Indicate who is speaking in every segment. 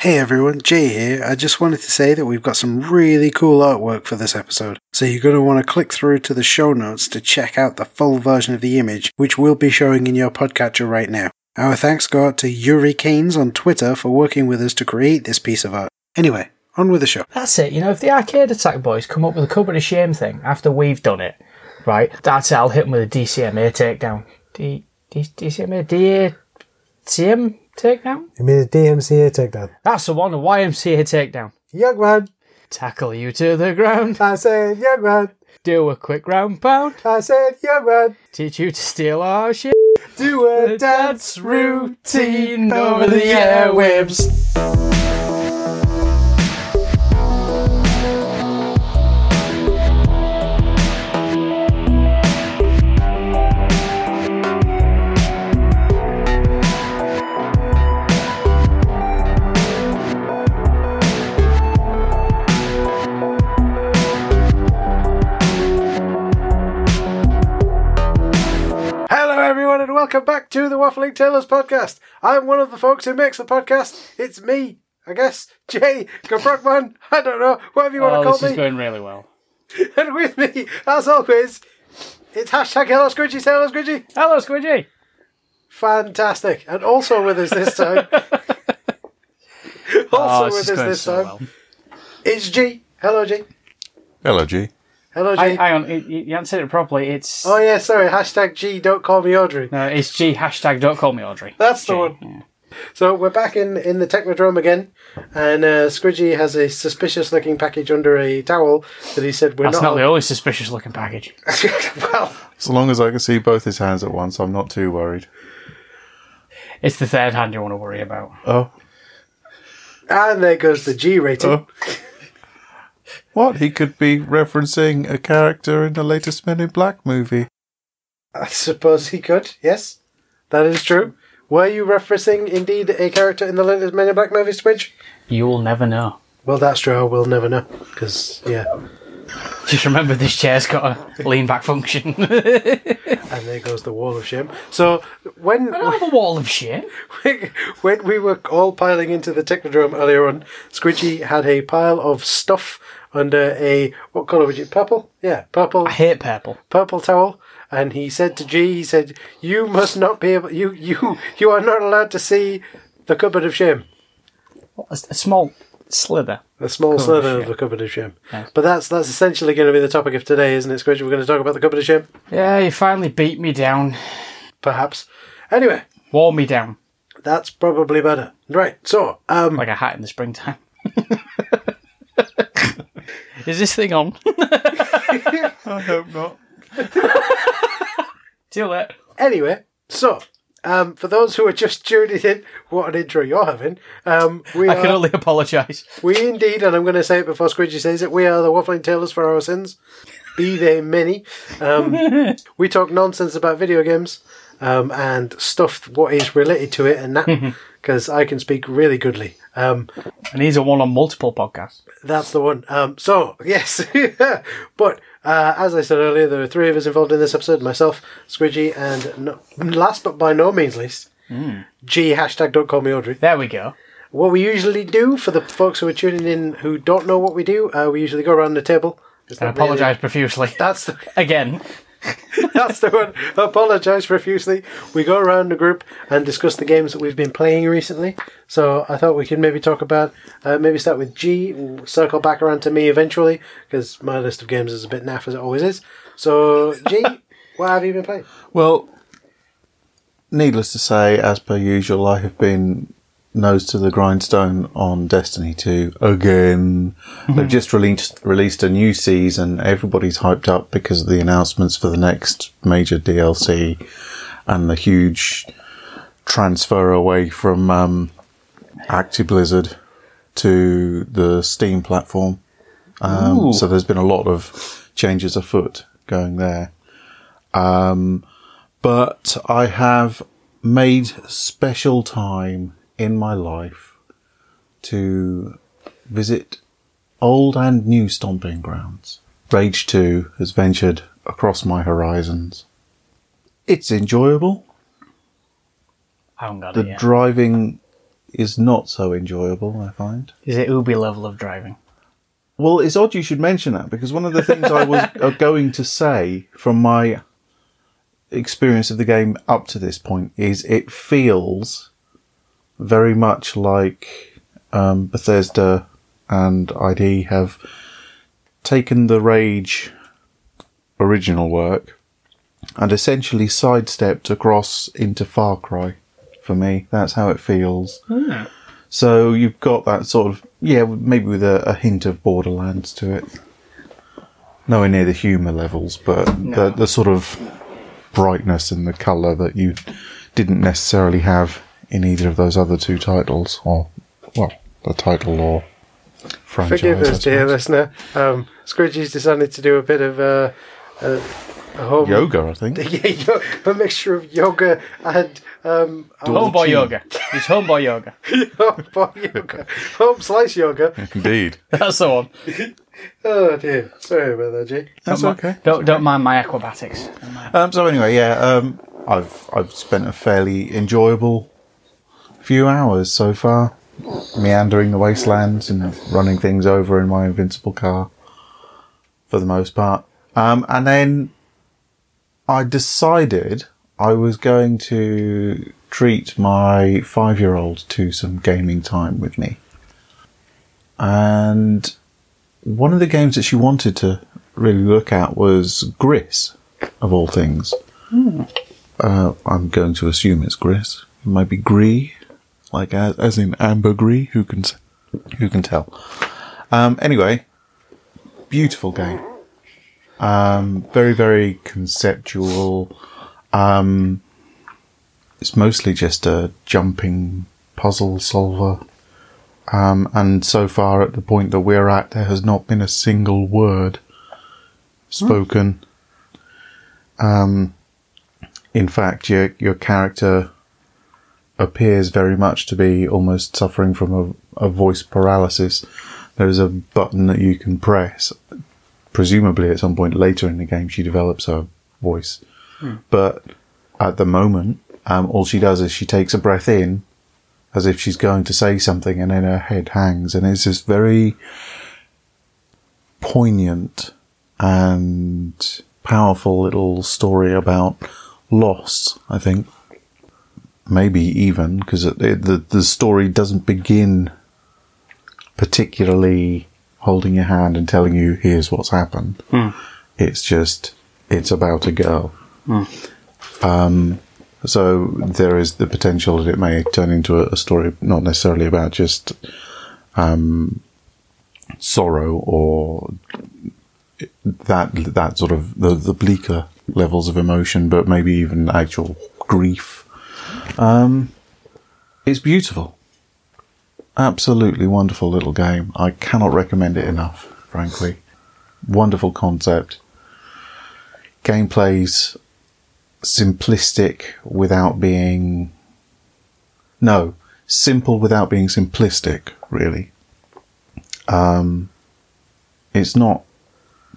Speaker 1: Hey everyone, Jay here. I just wanted to say that we've got some really cool artwork for this episode, so you're going to want to click through to the show notes to check out the full version of the image, which we'll be showing in your podcatcher right now. Our thanks go out to Yuri Keynes on Twitter for working with us to create this piece of art. Anyway, on with the show.
Speaker 2: That's it. You know, if the Arcade Attack boys come up with a cupboard of shame thing after we've done it, right? That's it. I'll hit them with a DCMA takedown. D, D DCMA DACM takedown.
Speaker 3: I mean, a DMCA takedown.
Speaker 2: That's the one. A YMCA takedown.
Speaker 3: Young man,
Speaker 2: Tackle you to the ground.
Speaker 3: I said, young man,
Speaker 2: Do a quick round pound.
Speaker 3: I said, young man,
Speaker 2: Teach you to steal our shit.
Speaker 3: do a dance
Speaker 2: That's
Speaker 3: routine
Speaker 2: routine
Speaker 3: over the airwaves.
Speaker 1: Hello everyone and welcome back to the Waffling Tailors podcast. I'm one of the folks who makes the podcast. It's me, I guess, Jay Gabrokman. I don't know, whatever you
Speaker 2: Oh,
Speaker 1: want to
Speaker 2: this
Speaker 1: call
Speaker 2: is
Speaker 1: me.
Speaker 2: going really well.
Speaker 1: And with me, as always, it's hashtag Hello Squidgy, say Hello Squidgy.
Speaker 2: Hello, Squidgy.
Speaker 1: Fantastic. And also with us this time. also
Speaker 2: Oh, this
Speaker 1: with
Speaker 2: is
Speaker 1: us
Speaker 2: going
Speaker 1: this
Speaker 2: so
Speaker 1: time.
Speaker 2: well.
Speaker 1: It's G. Hello, G.
Speaker 4: Hello, G.
Speaker 1: Hello, G.
Speaker 2: Hang hang on, you- you haven't said it properly. It's
Speaker 1: Oh, yeah, sorry. Hashtag G, don't call me Audrey.
Speaker 2: no, it's G hashtag. Don't call me Audrey.
Speaker 1: That's the
Speaker 2: G,
Speaker 1: one. So we're back in, in the Technodrome again, and uh, Squidgy has a suspicious looking package under a towel that he said we're
Speaker 2: That's not
Speaker 1: not.
Speaker 2: the only suspicious looking package.
Speaker 1: well,
Speaker 4: As long as I can see both his hands at once, I'm not too worried.
Speaker 2: It's the third hand you want to worry about.
Speaker 4: Oh,
Speaker 1: and there goes the G rating.
Speaker 4: oh. what? He could be referencing a character in the latest Men in Black movie.
Speaker 1: I suppose he could, yes. That is true. Were you referencing indeed a character in the latest Men in Black movie, Squidge?
Speaker 2: You will never know.
Speaker 1: Well, that's true. I will never know. Because, yeah.
Speaker 2: Just remember this chair's got a lean back function.
Speaker 1: And there goes the wall of shame. So, when
Speaker 2: Another wall of shit.
Speaker 1: when we were all piling into the Technodrome earlier on, Squidgy had a pile of stuff under a. What colour was it? Purple? Yeah, purple.
Speaker 2: I hate purple.
Speaker 1: Purple towel. And he said to G, he said, You must not be able. You, you, you are not allowed to see the cupboard of shame.
Speaker 2: A, s- a small slither.
Speaker 1: A small
Speaker 2: Cupboard of
Speaker 1: slither of
Speaker 2: shame.
Speaker 1: the cupboard of shame. But that's that's essentially going to be the topic of today, isn't it, Squidgy? We're going to talk about the cupboard of shame,
Speaker 2: Yeah, you finally beat me down.
Speaker 1: perhaps. Anyway,
Speaker 2: Wore me down
Speaker 1: that's probably better. Right. So, um,
Speaker 2: like a hat in the springtime. Is this thing on?
Speaker 4: I hope not.
Speaker 2: Too late.
Speaker 1: anyway, so. Um, for those who are just tuning in, what an intro you're having. Um, we
Speaker 2: I
Speaker 1: are,
Speaker 2: can only apologise.
Speaker 1: we indeed, and I'm going to say it before Squidgy says it, we are the waffling tailors for our sins, be they many. Um, we talk nonsense about video games um, and stuff what is related to it and that, because I can speak really goodly. Um,
Speaker 2: And he's a one on multiple podcasts.
Speaker 1: That's the one. Um, so yes, but uh, as I said earlier, there are three of us involved in this episode: myself, Squidgy, and no, last but by no means least, G hashtag Don't call me Audrey.
Speaker 2: There we go.
Speaker 1: What we usually do for the folks who are tuning in who don't know what we do, uh, we usually go around the table. It's
Speaker 2: I
Speaker 1: not really-
Speaker 2: apologise profusely.
Speaker 1: That's the
Speaker 2: Again.
Speaker 1: that's the one. Apologise profusely. We go around the group and discuss the games that we've been playing recently. So I thought we could maybe talk about, uh, maybe start with G, we'll circle back around to me eventually, because my list of games is a bit naff as it always is. So G, what have you been playing?
Speaker 4: Well, needless to say, as per usual, I have been nose to the grindstone on Destiny 2 again. They've just released released a new season. Everybody's hyped up because of the announcements for the next major DLC and the huge transfer away from um, Active Blizzard to the Steam platform. Um, so there's been a lot of changes afoot going there but I have made special time in my life to visit old and new stomping grounds. Rage 2 has ventured across my horizons. It's enjoyable.
Speaker 2: I haven't got
Speaker 4: The
Speaker 2: it yet.
Speaker 4: driving is not so enjoyable, I find.
Speaker 5: Is it Ubi level of driving?
Speaker 4: Well, it's odd you should mention that because one of the things I was uh, going to say from my experience of the game up to this point is it feels very much like um, Bethesda and ID have taken the Rage original work and essentially sidestepped across into Far Cry. For me, that's how it feels. So you've got that sort of yeah, maybe with a, a hint of Borderlands to it. Nowhere near the humour levels, but the, the sort of brightness and the colour that you didn't necessarily have in either of those other two titles, or well, the title or franchise.
Speaker 1: Forgive
Speaker 4: I
Speaker 1: us, dear
Speaker 4: suppose.
Speaker 1: listener. Um, Squidgy's decided to do a bit of uh, a, a home
Speaker 4: Yoga, I think.
Speaker 1: Yeah, yo- a mixture of yoga and um,
Speaker 2: Oh,
Speaker 5: Homeboy yoga. It's homeboy yoga.
Speaker 1: home yoga, home slice yoga.
Speaker 4: Indeed.
Speaker 5: That's the one.
Speaker 1: Oh dear, sorry about that, G.
Speaker 4: That's okay.
Speaker 5: Don't don't mind my acrobatics.
Speaker 4: Um, so anyway, yeah, um, I've I've spent a fairly enjoyable few hours so far, meandering the wastelands and running things over in my invincible car, for the most part. Um, and then I decided I was going to treat my five-year-old to some gaming time with me, and one of the games that she wanted to really look at was Gris, of all things. Uh, I'm going to assume it's Gris. It might be Gree, like as, as in Amber Gree. Who can s- who can tell? Um, anyway, beautiful game. Um, very very conceptual. Um, it's mostly just a jumping puzzle solver. Um, and so far, at the point that we're at, there has not been a single word spoken. Um, in fact, your your character appears very much to be almost suffering from a, a voice paralysis. There is a button that you can press. Presumably, at some point later in the game, she develops her voice. But at the moment, um, all she does is she takes a breath in, as if she's going to say something, and then her head hangs, and it's this very poignant and powerful little story about loss, I think. Maybe even, because the, the story doesn't begin particularly holding your hand and telling you, here's what's happened. It's just, it's about a girl. Um, so there is the potential that it may turn into a, a story not necessarily about just um, sorrow or that that sort of the, the bleaker levels of emotion, but maybe even actual grief. Um, it's beautiful, absolutely wonderful little game. I cannot recommend it enough. Frankly, wonderful concept. Gameplay's simplistic without being no simple without being simplistic. Really, um, it's not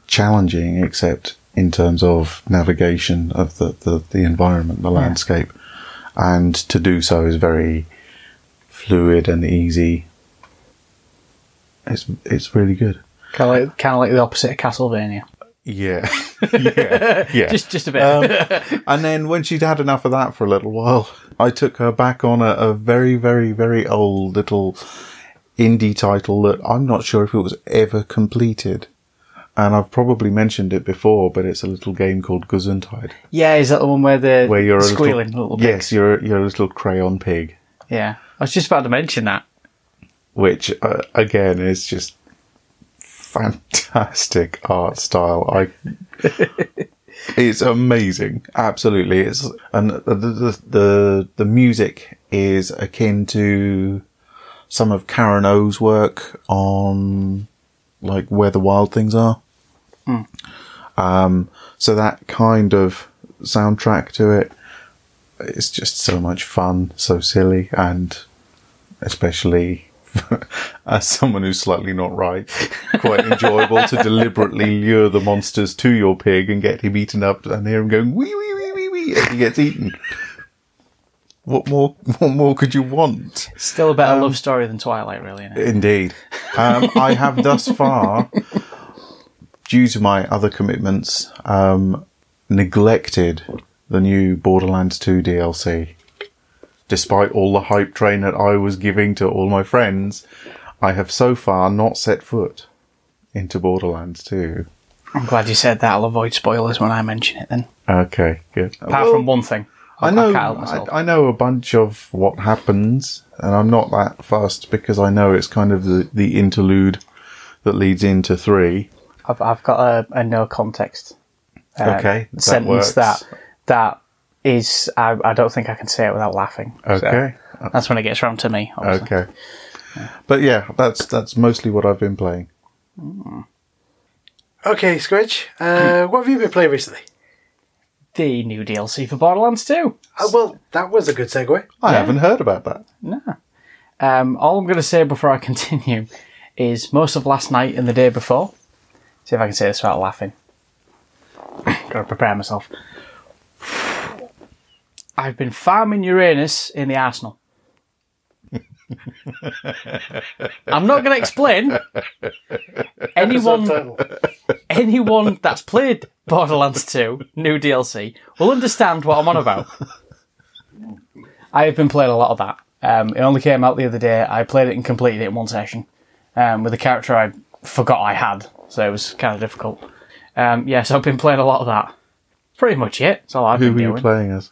Speaker 4: challenging except in terms of navigation of the, the, the environment, the landscape. And to do so is very fluid and easy. It's it's really good.
Speaker 5: Kind of like, kind of like the opposite of Castlevania.
Speaker 4: Yeah. yeah. Yeah.
Speaker 5: Just just a bit.
Speaker 4: and then when she'd had enough of that for a little while, I took her back on a, a very, very, very old little indie title that I'm not sure if it was ever completed. And I've probably mentioned it before, but it's a little game called Gesundheit,
Speaker 5: yeah, is that the one where the
Speaker 4: where you're a little-
Speaker 5: squealing a little bit?
Speaker 4: Yes, you're a- you're a little crayon pig,
Speaker 5: Yeah. I was just about to mention that.
Speaker 4: which uh, again is just fantastic art style. I it's amazing, absolutely. It's and the the the, the music is akin to some of Karen O's work on like where the wild things are. Um, so that kind of soundtrack to it, it's just so much fun, so silly, and especially as someone who's slightly not right, quite enjoyable to deliberately lure the monsters to your pig and get him eaten up and hear him going wee wee wee wee wee as he gets eaten. What more? What more could you want?
Speaker 2: Still a better love story than Twilight, really. Isn't it?
Speaker 4: Indeed. Um, I have thus far, due to my other commitments, um, neglected the new Borderlands 2 DLC. Despite all the hype train that I was giving to all my friends, I have so far not set foot into Borderlands 2.
Speaker 2: I'm glad you said that. I'll avoid spoilers when I mention it. Then,
Speaker 4: Okay, good.
Speaker 2: apart from one thing, I,
Speaker 4: I know.
Speaker 2: I can't help myself.
Speaker 4: I, I know a bunch of what happens, and I'm not that fussed because I know it's kind of the, the interlude that leads into three.
Speaker 2: I've, I've got a, a no context. uh,
Speaker 4: Okay, um, that
Speaker 2: sentence
Speaker 4: works.
Speaker 2: that that is. I, I don't think I can say it without laughing.
Speaker 5: Uh,
Speaker 2: So
Speaker 4: Okay.
Speaker 2: that's when it gets round to me. Obviously.
Speaker 4: Okay. But yeah, that's that's mostly what I've been playing.
Speaker 1: Okay, Squidge, uh, what have you been playing recently?
Speaker 2: The new DLC for Borderlands 2.
Speaker 1: Uh, well, that was a good segue.
Speaker 4: I haven't heard about that.
Speaker 2: Um, all I'm going to say before I continue is most of last night and the day before. See if I can say this without laughing. Gotta prepare myself. I've been farming Uranus in the arsenal. I'm not going to explain. Anyone
Speaker 1: Subtitle.
Speaker 2: anyone that's played Borderlands 2 new DLC will understand what I'm on about. I have been playing a lot of that. Um, it only came out the other day. I played it and completed it in one session um, with a character I forgot I had, so it was kind of difficult. Um, yeah, so I've been playing a lot of that. Pretty much it. That's all I've
Speaker 4: Who
Speaker 2: been
Speaker 4: were you
Speaker 2: doing.
Speaker 4: playing as?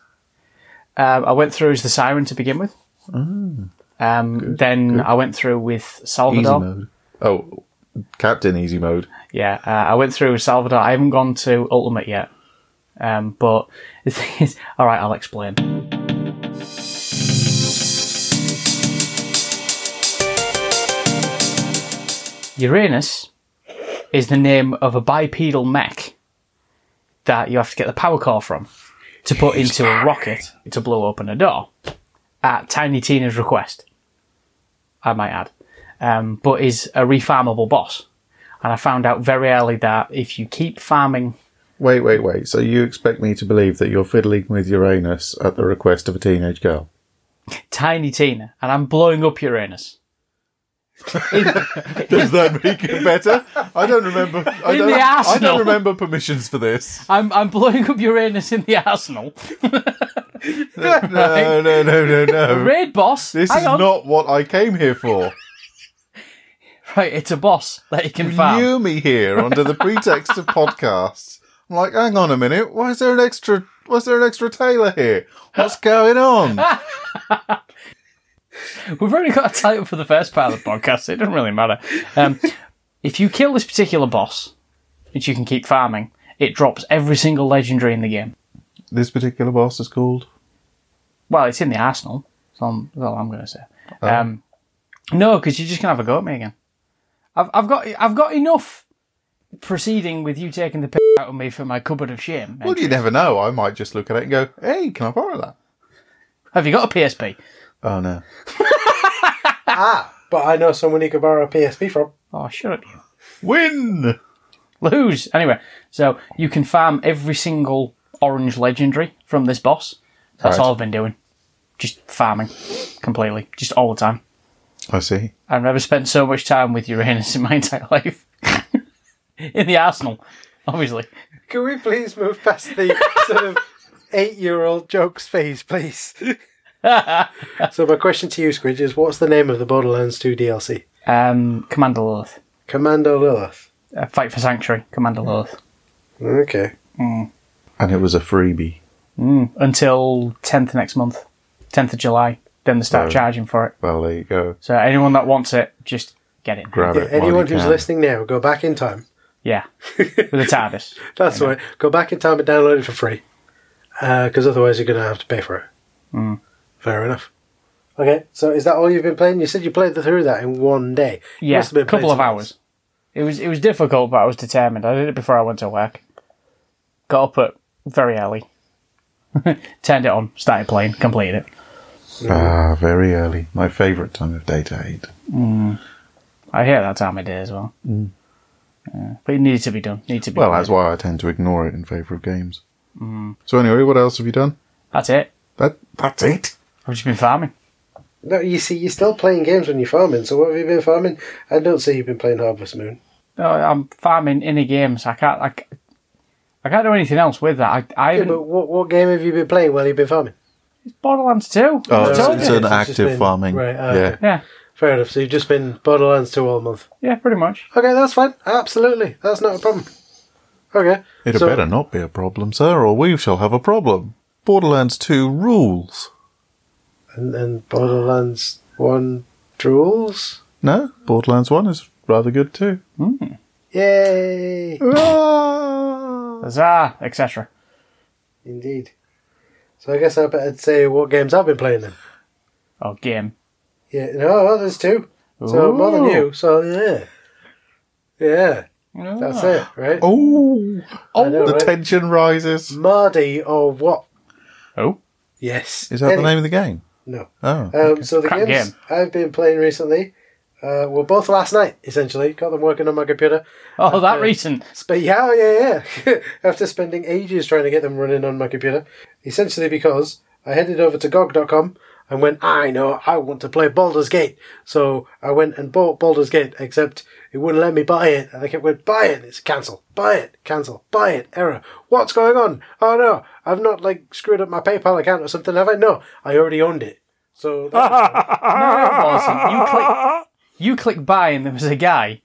Speaker 2: Um, I went through as the Siren to begin with.
Speaker 4: Ah,
Speaker 2: um, then I went through with
Speaker 4: Easy
Speaker 2: Salvador.
Speaker 4: mode. Oh, Captain Easy mode.
Speaker 2: Yeah, uh, I went through Salvador. I haven't gone to Ultimate yet. Um, but the thing is, all right, I'll explain. Uranus is the name of a bipedal mech that you have to get the power core from to put into a rocket to blow open a door at Tiny Tina's request, I might add, um, but is a refarmable boss and I found out very early that if you keep farming,
Speaker 4: Wait, wait, wait. So you expect me to believe that you're fiddling with Uranus at the request of a teenage girl?
Speaker 2: Tiny Tina, and I'm blowing up Uranus.
Speaker 4: Does that make it better? I don't remember. I
Speaker 2: In
Speaker 4: don't,
Speaker 2: the
Speaker 4: I
Speaker 2: arsenal.
Speaker 4: don't remember permissions for this.
Speaker 2: I'm I'm blowing up Uranus in the arsenal.
Speaker 4: No, no, no, no, no.
Speaker 2: Raid boss.
Speaker 4: This
Speaker 2: hang
Speaker 4: is
Speaker 2: on.
Speaker 4: not what I came here for.
Speaker 2: right. It's a boss that you can farm.
Speaker 4: You me here under the pretext of podcasts. I'm like, hang on a minute. Why is there an extra? Why is there an extra tailor here? What's going on?
Speaker 2: We've already got a title for the first part of the podcast. so It doesn't really matter. Um, if you kill this particular boss, which you can keep farming, it drops every single legendary in the game.
Speaker 4: this particular boss is called.
Speaker 2: Well, it's in the arsenal. So I'm, that's all I'm going to say. Um, no, because you're just going to have a go at me again. I've, I've got I've got enough proceeding with you taking the piss out of me for my cupboard of shame.
Speaker 4: Well, you never know. I might just look at it and go, "Hey, can I borrow that?"
Speaker 2: Have you got a PSP?
Speaker 4: Oh no.
Speaker 1: But I know someone you could borrow a PSP from.
Speaker 2: Oh, shut up, you
Speaker 4: Win.
Speaker 2: lose. Anyway, so you can farm every single orange legendary from this boss. That's
Speaker 4: Right.
Speaker 2: all I've been doing, just farming completely, just all the time.
Speaker 4: I see.
Speaker 2: I've never spent so much time with Uranus in my entire life. in the arsenal, obviously.
Speaker 1: Can we please move past the sort of eight-year-old jokes phase, please? so my question to you, Squidge, is what's the name of the Borderlands 2 DLC?
Speaker 2: Um, Commander Lilith.
Speaker 1: Commando Lilith.
Speaker 2: Uh, Fight for Sanctuary,
Speaker 4: Hmm.
Speaker 2: Commander Lilith.
Speaker 1: Okay.
Speaker 4: And it was a freebie.
Speaker 2: Hmm. Until 10th next month, 10th of July. Then they start
Speaker 4: Right.
Speaker 2: charging for it.
Speaker 4: Well, there you go.
Speaker 2: So anyone that wants it, just get it.
Speaker 4: Grab
Speaker 1: Yeah,
Speaker 4: it. while
Speaker 1: anyone
Speaker 4: you
Speaker 1: who's
Speaker 4: can.
Speaker 1: listening now, go back in time.
Speaker 2: Yeah. With the TARDIS.
Speaker 1: That's right. Go back in time and download it for free. Because otherwise you're going to have to pay for it. Hmm. Fair enough. Okay, so is that all you've been playing? You said you played through that in one day. You
Speaker 2: Yeah,
Speaker 1: must have been
Speaker 2: a couple
Speaker 1: playing something
Speaker 2: of hours. It was it was difficult, but I was determined. I did it before I went to work. Got up at very early. Turned it on, started playing, completed it.
Speaker 4: Ah, very early. My favourite time of day to eat.
Speaker 2: I hear that time of day as well. Yeah. But it needed to be done. Needed to be
Speaker 4: Hmm. Well,
Speaker 2: done.
Speaker 4: that's why I tend to ignore
Speaker 1: Mm-hmm.
Speaker 4: it in favour of games. So anyway, what else have you done?
Speaker 2: That's it.
Speaker 4: That that's it.
Speaker 2: I've just been farming.
Speaker 1: No, you see, you're still playing games when you're farming. So what have you been farming? I don't say you've been playing Harvest Moon.
Speaker 2: No, Oh, I'm farming in a game, so I can't. I, ca- I can't do anything else with that. I, I
Speaker 1: Yeah,
Speaker 2: haven't.
Speaker 1: but what, what game have you been playing while you've been farming?
Speaker 2: Borderlands 2.
Speaker 4: Oh,
Speaker 2: I
Speaker 4: it's,
Speaker 2: told
Speaker 4: it's
Speaker 2: you.
Speaker 4: an
Speaker 1: It's just
Speaker 4: active
Speaker 1: been-
Speaker 4: farming.
Speaker 1: right, uh,
Speaker 4: yeah.
Speaker 1: okay.
Speaker 2: Yeah,
Speaker 1: Fair enough. So you've just been Borderlands 2 all month.
Speaker 2: yeah, pretty much.
Speaker 1: Okay, that's fine. Absolutely, that's not a problem. Okay.
Speaker 4: It had
Speaker 1: so-
Speaker 4: better not be a problem, sir, or we shall have a problem. Borderlands 2 rules.
Speaker 1: And then Borderlands 1 rules.
Speaker 4: No, Borderlands 1 is rather good too.
Speaker 2: Hmm.
Speaker 1: Yay!
Speaker 4: Ah.
Speaker 2: Huzzah, etc.
Speaker 1: Indeed. So I guess I better say what games I've been playing then.
Speaker 2: Oh, game.
Speaker 1: Yeah, no, oh, there's two. So more than
Speaker 2: Ooh.
Speaker 1: you. So yeah. Yeah, that's
Speaker 2: Ah.
Speaker 1: it, right?
Speaker 4: Ah. Oh,
Speaker 1: I know,
Speaker 4: the
Speaker 1: right?
Speaker 4: tension rises.
Speaker 1: Mardi or what?
Speaker 2: Oh,
Speaker 1: Yes.
Speaker 4: Is that the
Speaker 1: Any-
Speaker 4: name of the game?
Speaker 1: No.
Speaker 4: Oh.
Speaker 1: Um, so the
Speaker 2: Crap
Speaker 1: games
Speaker 2: game.
Speaker 1: I've been playing recently uh, were both last night, essentially. Got them working on my computer.
Speaker 2: oh, that recent.
Speaker 1: But yeah, oh, yeah, yeah. After spending ages trying to get them running on my computer, essentially because I headed over to GOG.com and went, I know, I want to play Baldur's Gate. So I went and bought Baldur's Gate, except it wouldn't let me buy it. And I kept going, buy it. It's cancel, buy it, cancel, buy it, error. What's going on? Oh no, I've not like screwed up my PayPal account or something, have I? No, I already owned it. So
Speaker 2: No, it wasn't. You click, you click buy, and there was a guy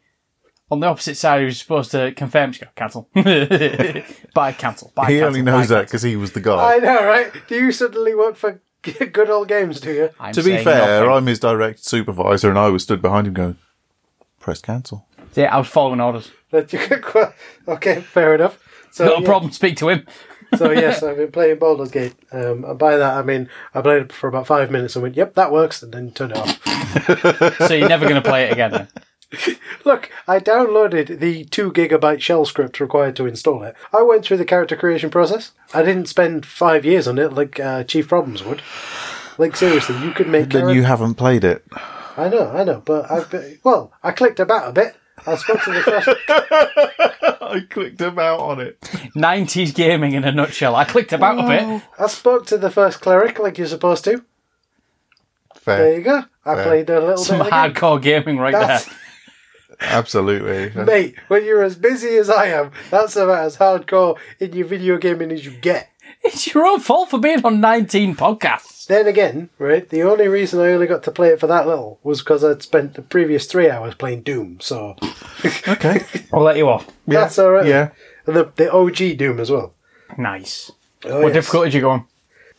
Speaker 2: on the opposite side who was supposed to confirm. Just go, cancel. buy, cancel. Buy,
Speaker 4: he
Speaker 2: cancel,
Speaker 4: only
Speaker 2: buy,
Speaker 4: knows that
Speaker 2: cancel.
Speaker 4: because he was the guy.
Speaker 1: I know, right? Do you suddenly work for good old games, do you?
Speaker 2: I'm
Speaker 4: to be
Speaker 2: saying
Speaker 4: fair,
Speaker 2: nothing.
Speaker 4: I'm his direct supervisor, and I was stood behind him going, press cancel.
Speaker 2: yeah, I was following orders.
Speaker 1: That you could qu- okay, fair enough. So,
Speaker 2: Not a
Speaker 1: yeah.
Speaker 2: problem. Speak to him.
Speaker 1: so yes, I've been playing Baldur's Gate. Um, and by that I mean I played it for about five minutes and went, "Yep, that works," and then turned it off.
Speaker 2: So you're never going to play it again. Then.
Speaker 1: Look, I downloaded the two gigabyte shell script required to install it. I went through the character creation process. I didn't spend five years on it like uh, Chief Problems would. Like seriously, you could make.
Speaker 4: Then
Speaker 1: character-
Speaker 4: you haven't played it.
Speaker 1: I know, I know, but I've been, well, I clicked about a bit. I spoke to the first.
Speaker 4: I clicked about on it.
Speaker 2: 90s gaming in a nutshell. I clicked about a bit.
Speaker 1: I spoke to the first cleric like you're supposed to. There
Speaker 4: Fair.
Speaker 1: you go. I
Speaker 4: Fair.
Speaker 1: played a little
Speaker 2: Some
Speaker 1: bit. of the game.
Speaker 2: hardcore gaming right
Speaker 1: That's-
Speaker 2: there.
Speaker 4: Absolutely.
Speaker 1: Mate, when you're as busy as I am, that's about as hardcore in your video gaming as you get.
Speaker 2: It's your own fault for being on 19 podcasts.
Speaker 1: Then again, right, the only reason I only got to play it for that little was because I'd spent the previous three hours playing Doom, so
Speaker 4: Okay.
Speaker 2: I'll let you off.
Speaker 1: that's alright.
Speaker 4: Yeah.
Speaker 1: And the, the OG Doom as well.
Speaker 2: Nice.
Speaker 1: Oh,
Speaker 2: what
Speaker 1: yes.
Speaker 2: difficulty did you go on?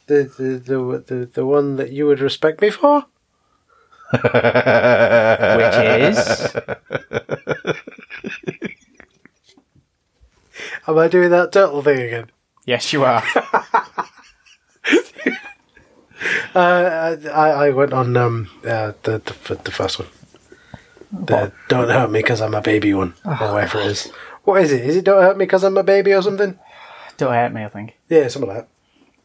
Speaker 1: The, the, the, the, the one that you would respect me for?
Speaker 2: Which is.
Speaker 1: Am I doing that turtle thing again?
Speaker 2: Yes, you are.
Speaker 1: Uh, I, I went on um, uh, the, the, f- the first one. The Don't Hurt Me Because I'm a Baby one, or whatever it is. What is it? Is it Don't Hurt Me Because I'm a Baby or something?
Speaker 2: Don't hurt me, I think.
Speaker 1: Yeah, something like that.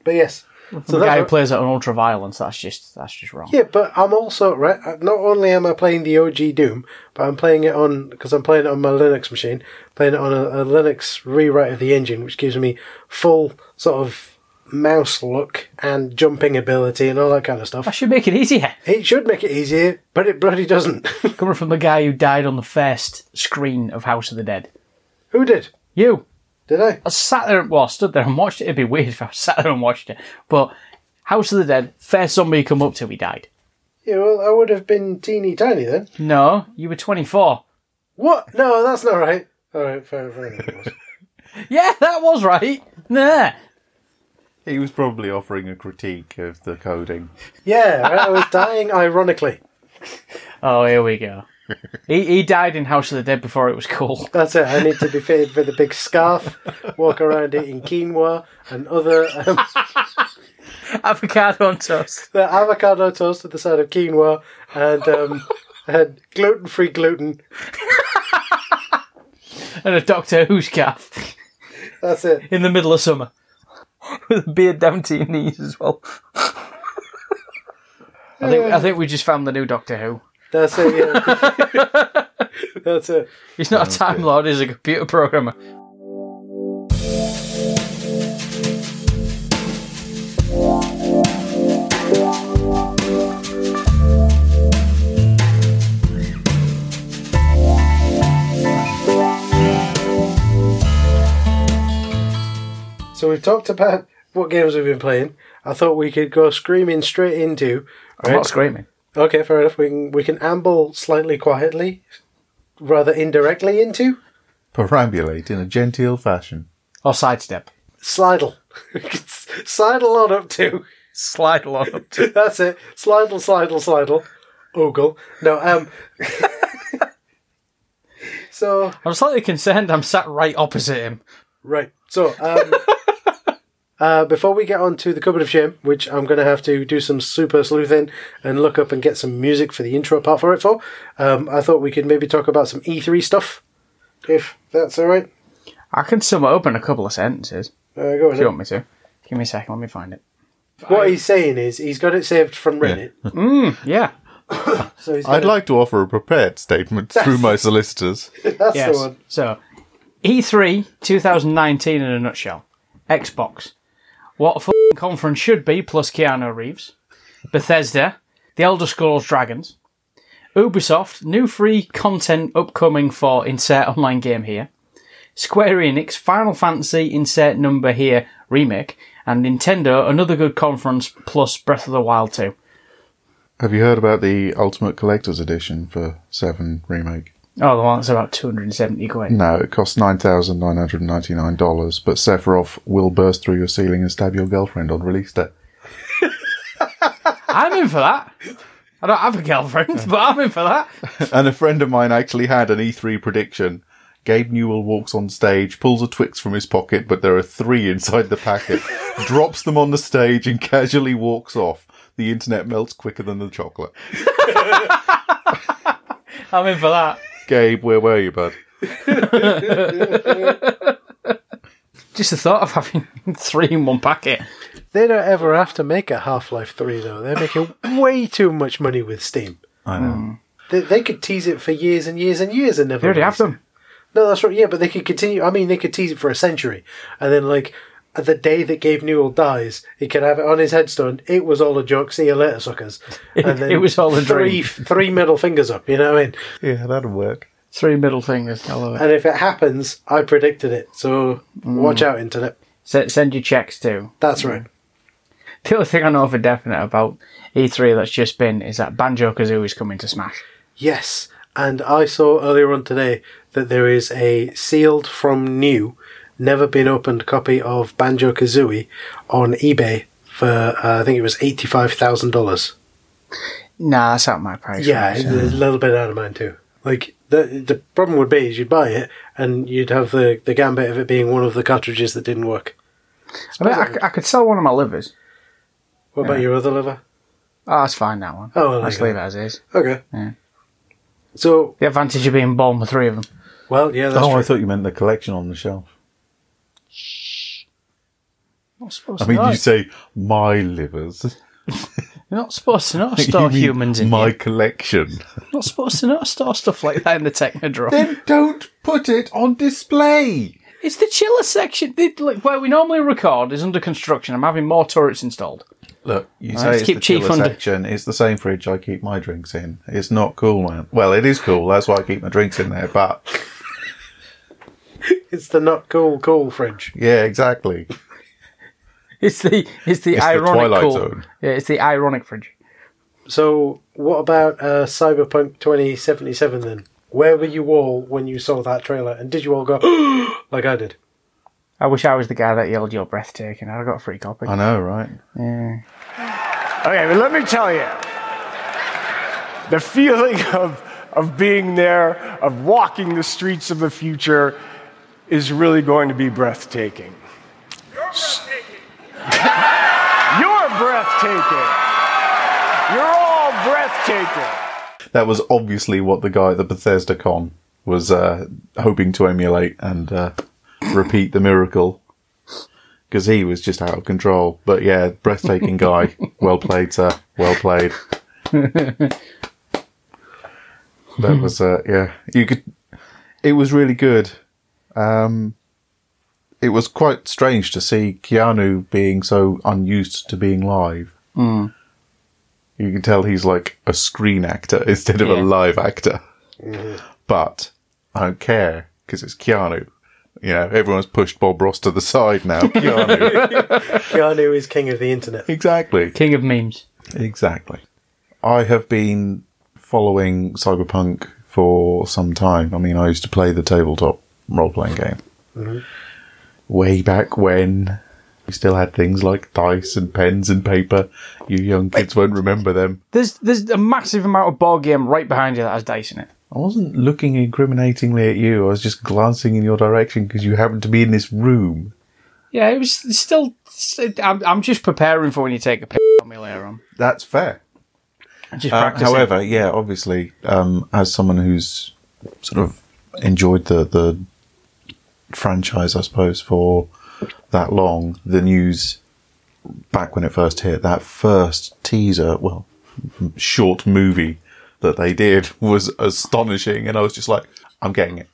Speaker 1: But yes. So
Speaker 2: the
Speaker 1: that's
Speaker 2: guy who
Speaker 1: what-
Speaker 2: plays it on Ultra Violence, that's just that's just wrong.
Speaker 1: yeah, but I'm also right. uh, Not only am I playing the OG Doom, but I'm playing it on because I'm playing it on my Linux machine, playing it on a, a Linux rewrite of the engine, which gives me full sort of mouse look and jumping ability and all that kind of
Speaker 2: That
Speaker 1: stuff.
Speaker 2: should make it easier.
Speaker 1: It should make it easier, but it bloody doesn't.
Speaker 2: Coming from the guy who died on the first screen of House of the Dead.
Speaker 1: Who did?
Speaker 2: You.
Speaker 1: Did I?
Speaker 2: I sat there, well, I stood there and watched it. It'd be weird if I sat there and watched it. But House of the Dead, first somebody come up to, he died.
Speaker 1: Yeah, well, I would have been teeny tiny then.
Speaker 2: No, you were 24.
Speaker 1: What? No, that's not right. All right, fair, fair enough.
Speaker 2: Yeah, that was right. Nah.
Speaker 4: He was probably offering a critique of the coding.
Speaker 1: yeah, right, I was dying ironically.
Speaker 2: Oh, here we go. he, he died in House of the Dead before it was cool.
Speaker 1: That's it. I need to be fitted with a big scarf, walk around eating quinoa and other um,
Speaker 2: Avocado on toast.
Speaker 1: the avocado toast at the side of quinoa and um, and gluten free gluten.
Speaker 2: And a Doctor Who scarf
Speaker 1: That's it.
Speaker 2: in the middle of summer. With a beard down to your knees as well. I think, I think we just found the new Doctor Who.
Speaker 1: That's it. Yeah. That's it.
Speaker 2: He's not a Time Lord, he's a computer programmer.
Speaker 1: So we've talked about what games we've been playing. I thought we could go screaming straight into.
Speaker 2: I'm not screaming.
Speaker 1: Okay, fair enough. We can we can amble slightly quietly, rather indirectly into
Speaker 4: Perambulate in a genteel fashion.
Speaker 2: Or sidestep.
Speaker 1: slidle. We can s- slidle on up to.
Speaker 2: Slide along up to.
Speaker 1: That's it. Slidle, slidle, slidle. Ogle. No. Um. so
Speaker 2: I'm slightly concerned I'm sat right opposite him.
Speaker 1: Right. So, um, uh, before we get on to the cupboard of shame, which I'm going to have to do some super sleuthing and look up and get some music for the intro part for it for, um, I thought we could maybe talk about some E3 stuff, if that's all right.
Speaker 2: I can sum up in a couple of sentences
Speaker 1: Uh, go
Speaker 2: if
Speaker 1: with it.
Speaker 2: you want me to. Give me a second, let me find it.
Speaker 1: What he's saying is he's got it saved from Reddit.
Speaker 2: Yeah.
Speaker 1: So he's
Speaker 4: I'd
Speaker 1: gonna-
Speaker 4: like to offer a prepared statement through my solicitors.
Speaker 1: that's
Speaker 2: Yes.
Speaker 1: the one.
Speaker 2: So, E E3 2019 in a nutshell. Xbox. What a f***ing conference should be, plus Keanu Reeves. Bethesda. The Elder Scrolls Dragons. Ubisoft. New free content upcoming for insert online game here. Square Enix. Final Fantasy insert number here remake. And Nintendo. Another good conference, plus Breath of the Wild 2.
Speaker 4: Have you heard about the Ultimate Collector's Edition for 7 Remake?
Speaker 2: Oh, the one that's about 270 quid.
Speaker 4: No, it costs $9,999, but Sephiroth will burst through your ceiling and stab your girlfriend on release day.
Speaker 2: I'm in for that. I don't have a girlfriend, but I'm in for that.
Speaker 4: And a friend of mine actually had an E3 prediction. Gabe Newell walks on stage, pulls a Twix from his pocket, but there are three inside the packet, drops them on the stage, and casually walks off. The internet melts quicker than the chocolate.
Speaker 2: I'm in for that.
Speaker 4: Gabe, where were you, bud?
Speaker 2: Just the thought of having three in one packet.
Speaker 1: They don't ever have to make a Half Life 3, though. They're making way too much money with Steam.
Speaker 4: I know.
Speaker 1: They, they could tease it for years and years and years and never
Speaker 2: They already
Speaker 1: release
Speaker 2: have
Speaker 1: it.
Speaker 2: them.
Speaker 1: No, that's right. Yeah, but they could continue. I mean, they could tease it for a century, and then like at the day that Gabe Newell dies, he could have it on his headstone. It was all a joke. See you later, suckers. And then
Speaker 2: It was all a
Speaker 1: three
Speaker 2: dream.
Speaker 1: three middle fingers up. You know what I mean?
Speaker 4: Yeah, that'll work.
Speaker 2: Three middle fingers. I love it.
Speaker 1: And if it happens, I predicted it. So
Speaker 2: Mm.
Speaker 1: watch out, internet.
Speaker 2: S- send your checks too.
Speaker 1: That's right.
Speaker 2: The other thing I know for definite about E3 that's just been is that Banjo Kazooie is coming to Smash.
Speaker 1: Yes, and I saw earlier on today that there is a sealed from new, never been opened copy of Banjo Kazooie on eBay for uh, I think it was eighty five thousand dollars.
Speaker 2: Nah, that's out my price.
Speaker 1: Yeah,
Speaker 2: range.
Speaker 1: it's a little bit out of mine too. Like the the problem would be is you'd buy it and you'd have the the gambit of it being one of the cartridges that didn't work.
Speaker 2: I, mean, I c- I could sell one of my livers.
Speaker 1: What about your other liver?
Speaker 2: Oh, that's fine, that one.
Speaker 1: Oh, well,
Speaker 2: Let's
Speaker 1: there you
Speaker 2: leave it as is.
Speaker 1: Okay.
Speaker 2: Yeah.
Speaker 1: So
Speaker 2: The advantage of being born with three of them.
Speaker 1: well, yeah, that's
Speaker 4: oh, I
Speaker 1: true.
Speaker 4: thought you meant the collection on the shelf.
Speaker 2: You're not supposed
Speaker 4: I mean,
Speaker 2: to know.
Speaker 4: you say my livers.
Speaker 2: You're not supposed to know
Speaker 4: You
Speaker 2: store
Speaker 4: mean
Speaker 2: humans in
Speaker 4: my
Speaker 2: here.
Speaker 4: collection.
Speaker 2: You're not supposed to know store stuff like that in the Technodrome.
Speaker 4: then don't put it on display.
Speaker 2: It's the chiller section. They, like, where we normally record is under construction. I'm having more turrets installed.
Speaker 4: Look, you
Speaker 2: let's
Speaker 4: say it's
Speaker 2: keep
Speaker 4: the
Speaker 2: Chief
Speaker 4: chiller
Speaker 2: under-
Speaker 4: section. It's the same fridge I keep my drinks in. It's not cool, man. Well, it is cool. That's why I keep my drinks in there. But
Speaker 1: It's the not cool cool fridge.
Speaker 4: yeah, exactly.
Speaker 2: It's the it's the
Speaker 4: It's the
Speaker 2: ironic
Speaker 4: Twilight
Speaker 2: cool-
Speaker 4: Zone.
Speaker 2: Yeah, it's the ironic fridge.
Speaker 1: So what about uh, Cyberpunk twenty seventy seven then? Where were you all when you saw that trailer? And did you all go like I did?
Speaker 2: I wish I was the guy that yelled "You're breathtaking." I got a free copy.
Speaker 4: I know, right?
Speaker 6: Okay, but let me tell you the feeling of, of being there, of walking the streets of the future, is really going to be breathtaking. You're breathtaking. You're all breathtaking.
Speaker 4: That was obviously what the guy at the Bethesda con was uh, hoping to emulate and uh, repeat the miracle because he was just out of control. But yeah, breathtaking guy. well played, sir. Well played. that was uh, yeah. You could. It was really good. Um, it was quite strange to see Keanu being so unused to being live. You can tell he's like a screen actor instead of
Speaker 2: Yeah.
Speaker 4: a live actor. But I don't care because it's Keanu. You know, everyone's pushed Bob Ross to the side now. Keanu.
Speaker 1: Keanu is king of the internet.
Speaker 4: exactly.
Speaker 2: King of memes.
Speaker 4: Exactly. I have been following Cyberpunk for some time. I mean, I used to play the tabletop role playing game way back when. We still had things like dice and pens and paper. You young kids won't remember them.
Speaker 2: There's there's a massive amount of board game right behind you that has dice in it.
Speaker 4: I wasn't looking incriminatingly at you. I was just glancing in your direction because you happened to be in this room.
Speaker 2: Yeah, it was still. I'm, I'm just preparing for when you take a piss on me later on.
Speaker 4: That's fair.
Speaker 2: Just
Speaker 4: Uh,
Speaker 2: practicing.
Speaker 4: however, yeah, obviously, um, as someone who's sort of enjoyed the the franchise, I suppose, for that long, the news back when it first hit, that first teaser, well, m- short movie that they did was astonishing, and I was just like, I'm getting it.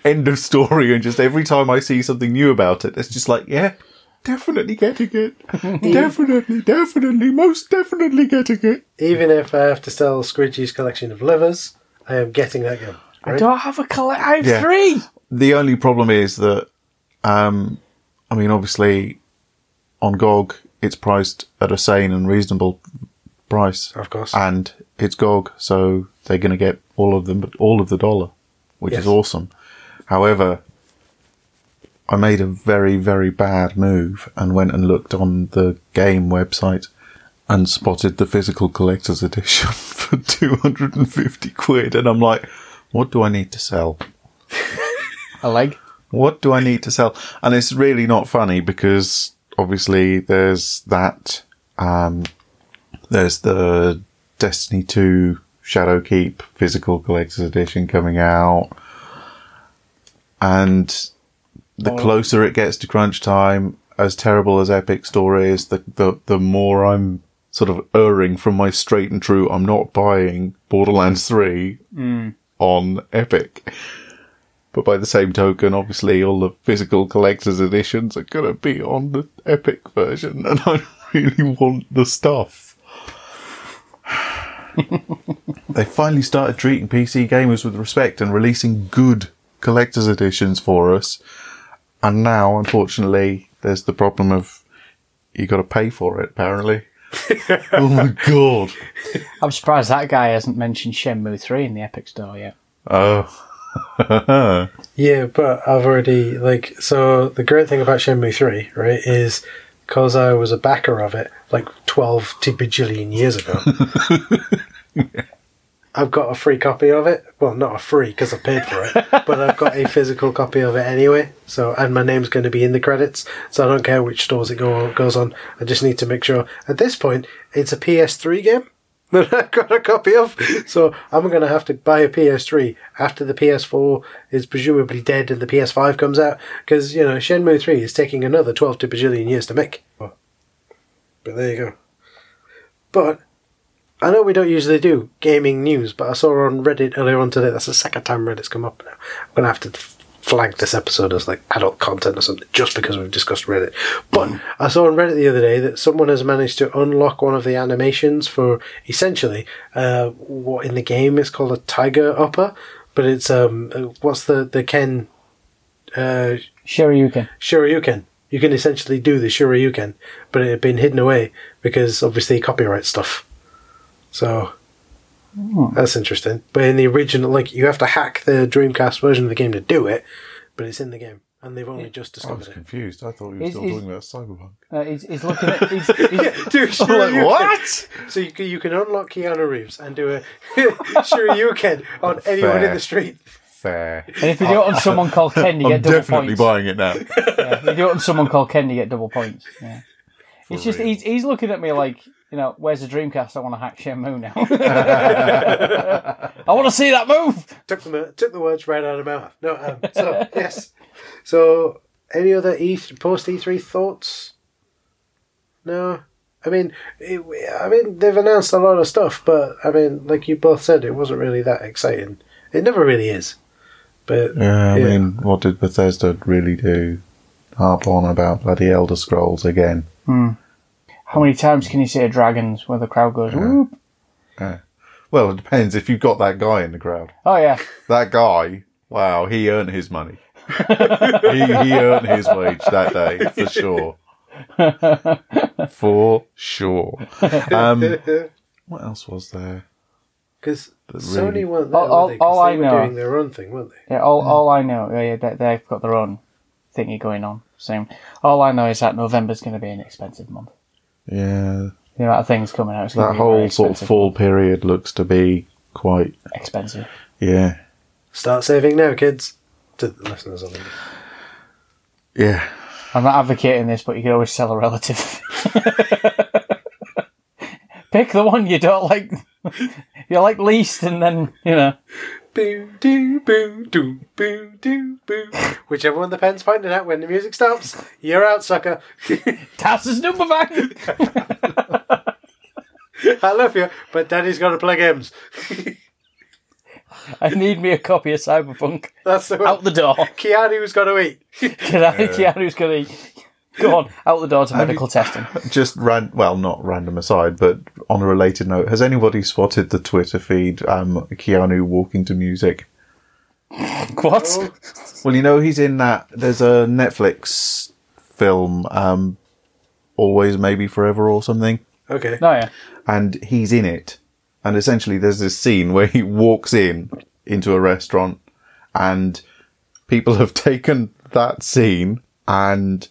Speaker 4: End of story, and just every time I see something new about it, it's just like, yeah, definitely getting it. definitely, definitely, most definitely getting it.
Speaker 1: Even if I have to sell Squidgy's collection of livers, I am getting that game.
Speaker 2: I don't have a collect. I have
Speaker 4: Yeah.
Speaker 2: three.
Speaker 4: the only problem is that, um, I mean, obviously, on GOG it's priced at a sane and reasonable price,
Speaker 1: Of course.
Speaker 4: and it's GOG, so they're going to get all of them, all of the dollar, which
Speaker 1: Yes.
Speaker 4: is awesome. However, I made a very, very bad move and went and looked on the game website and spotted the physical collector's edition for 250 quid, and I'm like, what do I need to sell?
Speaker 2: A leg.
Speaker 4: what do I need to sell? And it's really not funny because obviously there's that, um, there's the Destiny 2 Shadowkeep physical collector's edition coming out. And the closer it gets to crunch time, as terrible as Epic Store is, the, the, the more I'm sort of erring from my straight and true, I'm not buying Borderlands 3 on Epic. But by the same token, obviously, all the physical collector's editions are going to be on the Epic version, and I really want the stuff. they finally started treating PC gamers with respect and releasing good collector's editions for us. And now, unfortunately, there's the problem of you got to pay for it, apparently. oh my god.
Speaker 2: I'm surprised that guy hasn't mentioned Shenmue three in the Epic Store yet.
Speaker 4: Uh, Oh.
Speaker 1: Yeah, but I've already like so the great thing about Shenmue three, right, is because I was a backer of it like twelve to bajillion years ago. I've got a free copy of it. Well, not a free because I paid for it, but I've got a physical copy of it anyway. So, and my name's going to be in the credits, so I don't care which stores it go, goes on. I just need to make sure. At this point, it's a PS3 game that I've got a copy of. So I'm going to have to buy a PS3 after the PS4 is presumably dead and the PS5 comes out. Because, you know, Shenmue 3 is taking another 12 to bajillion years to make. But there you go. But I know we don't usually do gaming news, but I saw on Reddit earlier on today, that's the second time Reddit's come up now. I'm going to have to f- flag this episode as like adult content or something just because we've discussed Reddit. But I saw on Reddit the other day that someone has managed to unlock one of the animations for essentially uh, what in the game is called a tiger upper, but it's um uh, what's the the Ken uh,
Speaker 2: Shoryuken.
Speaker 1: Shoryuken. You can essentially do the Shoryuken, but it had been hidden away because obviously copyright stuff. So
Speaker 4: Hmm.
Speaker 1: that's interesting. But in the original, like you have to hack the Dreamcast version of the game to do it, but it's in the game, and they've only just
Speaker 4: I was
Speaker 1: discovered it.
Speaker 4: confused. I thought we were
Speaker 2: Is-
Speaker 4: still
Speaker 2: is-
Speaker 4: talking about Cyberpunk.
Speaker 2: Uh, he's, he's looking at. He's, he's,
Speaker 1: Do Shoryuken.
Speaker 4: Oh, what?
Speaker 1: So you can, you can unlock Keanu Reeves and do a Shoryuken on anyone in
Speaker 4: Fair.
Speaker 1: the street.
Speaker 4: Fair.
Speaker 2: and if you do it on someone called Ken, you
Speaker 4: I'm
Speaker 2: get double
Speaker 4: definitely
Speaker 2: points.
Speaker 4: buying it now.
Speaker 2: Yeah, if you do it on someone called Ken, you get double points. Yeah. It's just
Speaker 4: real.
Speaker 2: he's, he's looking at me like you know, where's the Dreamcast? I want to hack Shenmue now. I want to see that move.
Speaker 1: took the took the words right out of my mouth. No, um, so yes. So any other E post E three thoughts? No, I mean, it, I mean they've announced a lot of stuff, but I mean, like you both said, it wasn't really that exciting. It never really is. But
Speaker 4: Yeah, I
Speaker 1: Yeah.
Speaker 4: mean, what did Bethesda really do? Harp on about bloody Elder Scrolls again.
Speaker 2: How many times can you say dragons where the crowd goes whoop?
Speaker 4: Well, it depends if you've got that guy in the crowd.
Speaker 2: Oh yeah,
Speaker 4: That guy, wow, he earned his money. he, he earned his wage that day for sure. for sure. Um, what else was there?
Speaker 1: Because
Speaker 4: really-
Speaker 1: Sony weren't there,
Speaker 2: All- all-
Speaker 1: were they? 'Cause
Speaker 2: all
Speaker 1: they
Speaker 2: I
Speaker 1: were
Speaker 2: know-
Speaker 1: doing their own thing, weren't they?
Speaker 2: Yeah, all, all I know, oh, yeah, yeah, they, they've got their own thingy going on soon. All I know is that November's going to be an expensive month.
Speaker 4: Yeah,
Speaker 2: The amount of things coming out is going
Speaker 4: that
Speaker 2: to be very
Speaker 4: whole sort of
Speaker 2: expensive.
Speaker 4: fall period looks to be quite.
Speaker 2: expensive.
Speaker 4: Yeah,
Speaker 1: Start saving now, kids. To the listeners, I mean.
Speaker 4: yeah.
Speaker 2: I'm not advocating this, but you can always sell a relative. Pick the one you don't like. You like least, and then you know.
Speaker 1: Boo doo boo doo boo doo boo. Whichever one the pen's pointed at when the music stops, you're out, sucker.
Speaker 2: That's his number van.
Speaker 1: I love you, but daddy's got to play games.
Speaker 2: I need me a copy of Cyberpunk.
Speaker 1: That's the
Speaker 2: Out
Speaker 1: one.
Speaker 2: the door.
Speaker 1: Keanu's got to eat.
Speaker 2: Can I, Keanu's gonna go on out the door to medical testing.
Speaker 4: Just ran. Well, not random aside, but on a related note, has anybody spotted the Twitter feed? Um, Keanu walking to music.
Speaker 2: What?
Speaker 4: Well, you know he's in that. There's a Netflix film, um, always maybe forever or something.
Speaker 1: Okay.
Speaker 2: No, yeah.
Speaker 4: and he's in it. And essentially, there's this scene where he walks in into a restaurant, and people have taken that scene and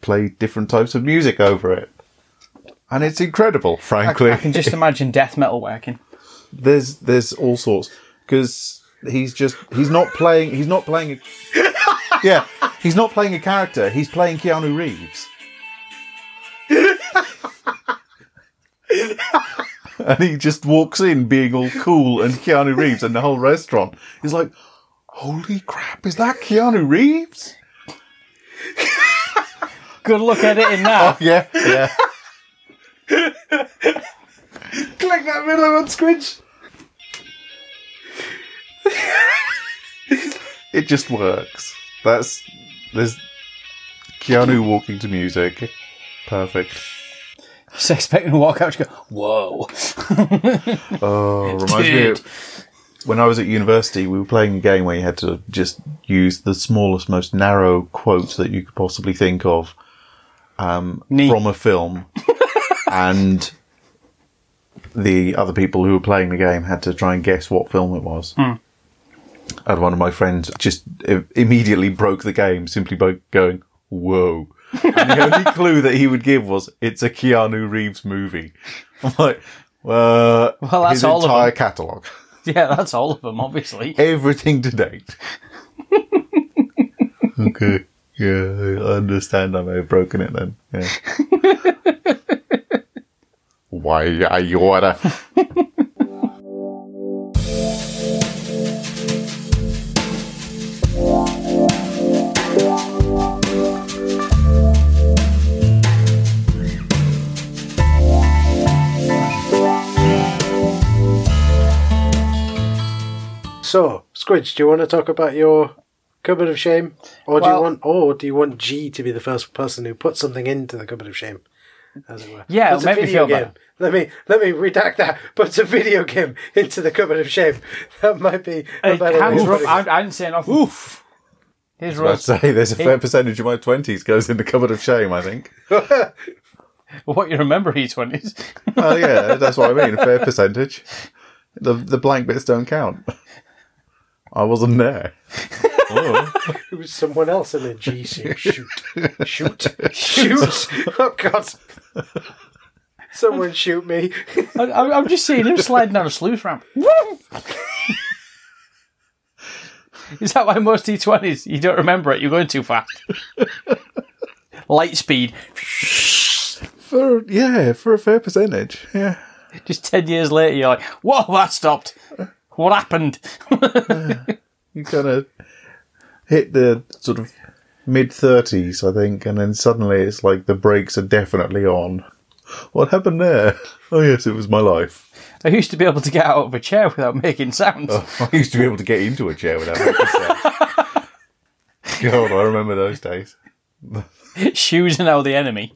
Speaker 4: played different types of music over it. And it's incredible, frankly.
Speaker 2: I can just imagine death metal working.
Speaker 4: there's there's all sorts because he's just he's not playing he's not playing a, yeah he's not playing a character he's playing Keanu Reeves and he just walks in being all cool and Keanu Reeves and the whole restaurant is like holy crap is that Keanu Reeves
Speaker 2: Good luck editing that.
Speaker 4: yeah yeah
Speaker 1: Click that middle one, Squidge.
Speaker 4: it just works that's there's Keanu walking to music perfect.
Speaker 2: Just expecting to walk out, and go, "Whoa!"
Speaker 4: Oh, reminds me
Speaker 2: Dude.
Speaker 4: of when I was at university, we were playing a game where you had to just use the smallest, most narrow quote that you could possibly think of um,
Speaker 2: Neat.
Speaker 4: from a film, and the other people who were playing the game had to try and guess what film it was.
Speaker 2: Hmm.
Speaker 4: And one of my friends just i- immediately broke the game simply by going, "Whoa." and the only clue that he would give was it's a Keanu Reeves movie. I'm like, well,
Speaker 2: Well, that's
Speaker 4: his
Speaker 2: all of
Speaker 4: entire
Speaker 2: them.
Speaker 4: catalogue,
Speaker 2: yeah, that's all of them, obviously.
Speaker 4: everything to date. okay, yeah, I understand. I may have broken it then. Yeah. Why are you order?
Speaker 1: So, Squidge, do you want to talk about your cupboard of shame, or do
Speaker 2: Well-
Speaker 1: you want, or do you want G to be the first person who put something into the cupboard of shame, as it were?
Speaker 2: Yeah,
Speaker 1: Puts a
Speaker 2: it'll make me
Speaker 1: video
Speaker 2: feel
Speaker 1: game.
Speaker 2: better.
Speaker 1: Let me let me redact that. Puts a video game into the cupboard of shame. That might be a
Speaker 2: Hey,
Speaker 1: better way
Speaker 2: hands
Speaker 1: of
Speaker 2: are up.
Speaker 1: putting it.
Speaker 2: I, I didn't say nothing. Oof. Here's
Speaker 4: I'd
Speaker 2: Russ.
Speaker 4: say there's a fair percentage of my twenties goes in the cupboard of shame. I think.
Speaker 2: What you remember, E20s.
Speaker 4: Oh yeah, that's what I mean. A fair percentage. The the blank bits don't count. I wasn't there. Oh.
Speaker 1: It was someone else in a G suit. Shoot. Shoot. Shoot. Oh, God. Someone shoot me.
Speaker 2: I, I'm I'm just seeing him sliding down a sluice ramp. Is that why most E20s you don't remember it? You're going too fast. Light speed.
Speaker 4: For yeah, for a fair percentage. Yeah.
Speaker 2: Just ten years later, you're like, "Whoa, that stopped! What happened?"
Speaker 4: You kind of hit the sort of mid thirties, I think, and then suddenly it's like the brakes are definitely on. What happened there? Oh yes, it was my life.
Speaker 2: I used to be able to get out of a chair without making sounds.
Speaker 4: I used to be able to get into a chair without making sound. God, I remember those days.
Speaker 2: Shoes are now the enemy.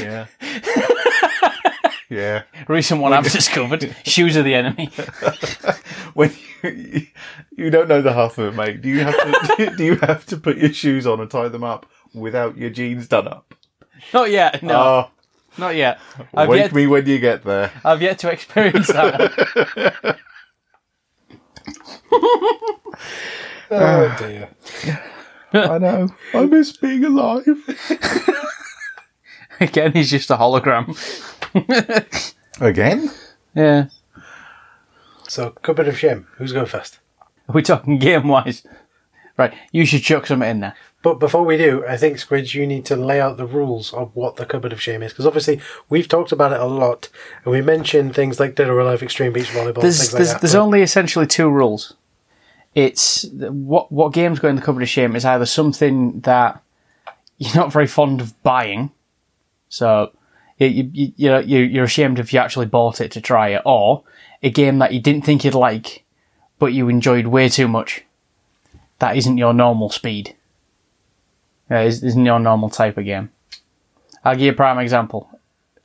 Speaker 4: Yeah. Yeah.
Speaker 2: recent one I've discovered. Shoes are the enemy.
Speaker 4: when you, you don't know the half of it, mate. Do you have to? do you have to put your shoes on and tie them up without your jeans done up?
Speaker 2: Not yet. No,
Speaker 4: Oh,
Speaker 2: not yet. I've
Speaker 4: wake
Speaker 2: yet,
Speaker 4: me when you get there.
Speaker 2: I've yet to experience that.
Speaker 1: Oh dear.
Speaker 4: I know. I miss being alive
Speaker 2: Again, he's just a hologram.
Speaker 4: again.
Speaker 2: Yeah.
Speaker 1: So, cupboard of shame. Who's going first?
Speaker 2: Are we talking game wise? Right, you should chuck something in there.
Speaker 1: But before we do, I think Squidge, you need to lay out the rules of what the cupboard of shame is, because obviously we've talked about it a lot, and we mentioned things like Dead or Alive, Extreme Beach Volleyball,
Speaker 2: There's
Speaker 1: things
Speaker 2: there's,
Speaker 1: like that.
Speaker 2: there's
Speaker 1: but-
Speaker 2: only essentially two rules. It's what what games go in the cupboard of shame is either something that you're not very fond of buying, so you you you- you know you you're ashamed if you actually bought it to try it, or a game that you didn't think you'd like, but you enjoyed way too much. That isn't your normal speed. That is- isn't your normal type of game. I'll give you a prime example.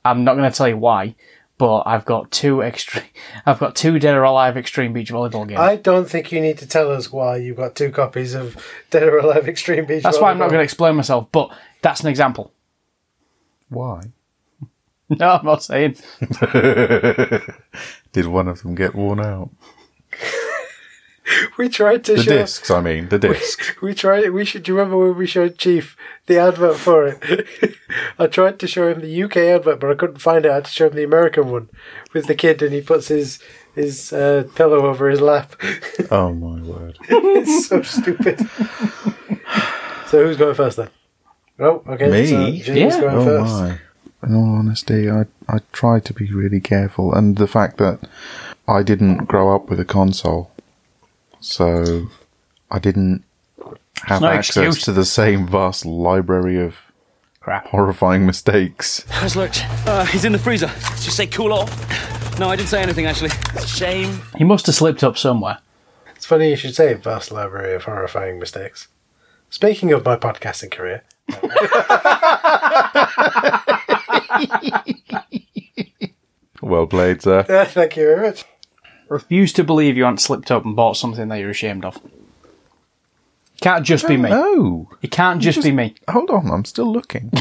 Speaker 2: I'm not going to tell you why, but I've got two extreme. I've got two Dead or Alive Extreme Beach Volleyball games.
Speaker 1: I don't think you need to tell us why you've got two copies of Dead or Alive, Extreme Beach
Speaker 2: that's why I'm not
Speaker 1: Volleyball.
Speaker 2: going to explain myself, but that's an example.
Speaker 4: Why?
Speaker 2: No, I'm not saying.
Speaker 4: Did one of them get worn out?
Speaker 1: We tried to
Speaker 4: The
Speaker 1: show.
Speaker 4: discs, I mean, the discs.
Speaker 1: We tried. We should. Do you remember when we showed Chief the advert for it? I tried to show him the UK advert, but I couldn't find it. I had to show him the American one with the kid, and he puts his his uh, pillow over his lap.
Speaker 4: oh my word!
Speaker 1: it's so stupid. so who's going first then? Oh, okay.
Speaker 4: Me?
Speaker 1: So James
Speaker 2: Yeah.
Speaker 1: going
Speaker 4: Oh
Speaker 1: first.
Speaker 4: my! In all honesty, I I try to be really careful, and the fact that I didn't grow up with a console, so I didn't have
Speaker 2: no
Speaker 4: access
Speaker 2: excuse.
Speaker 4: to the same vast library of
Speaker 2: Crap.
Speaker 4: horrifying mistakes.
Speaker 7: Where's Lurch? Uh, he's in the freezer. Did you say cool off? No, I didn't say anything actually. Shame.
Speaker 2: He must have slipped up somewhere.
Speaker 1: It's funny you should say vast library of horrifying mistakes. Speaking of my podcasting career,
Speaker 4: Well played, sir.
Speaker 1: thank you very much.
Speaker 2: Refuse to believe you hadn't slipped up and bought something that you're ashamed of. Can't just be me.
Speaker 4: No,
Speaker 2: It can't just, be me.
Speaker 4: hold on. I'm still looking.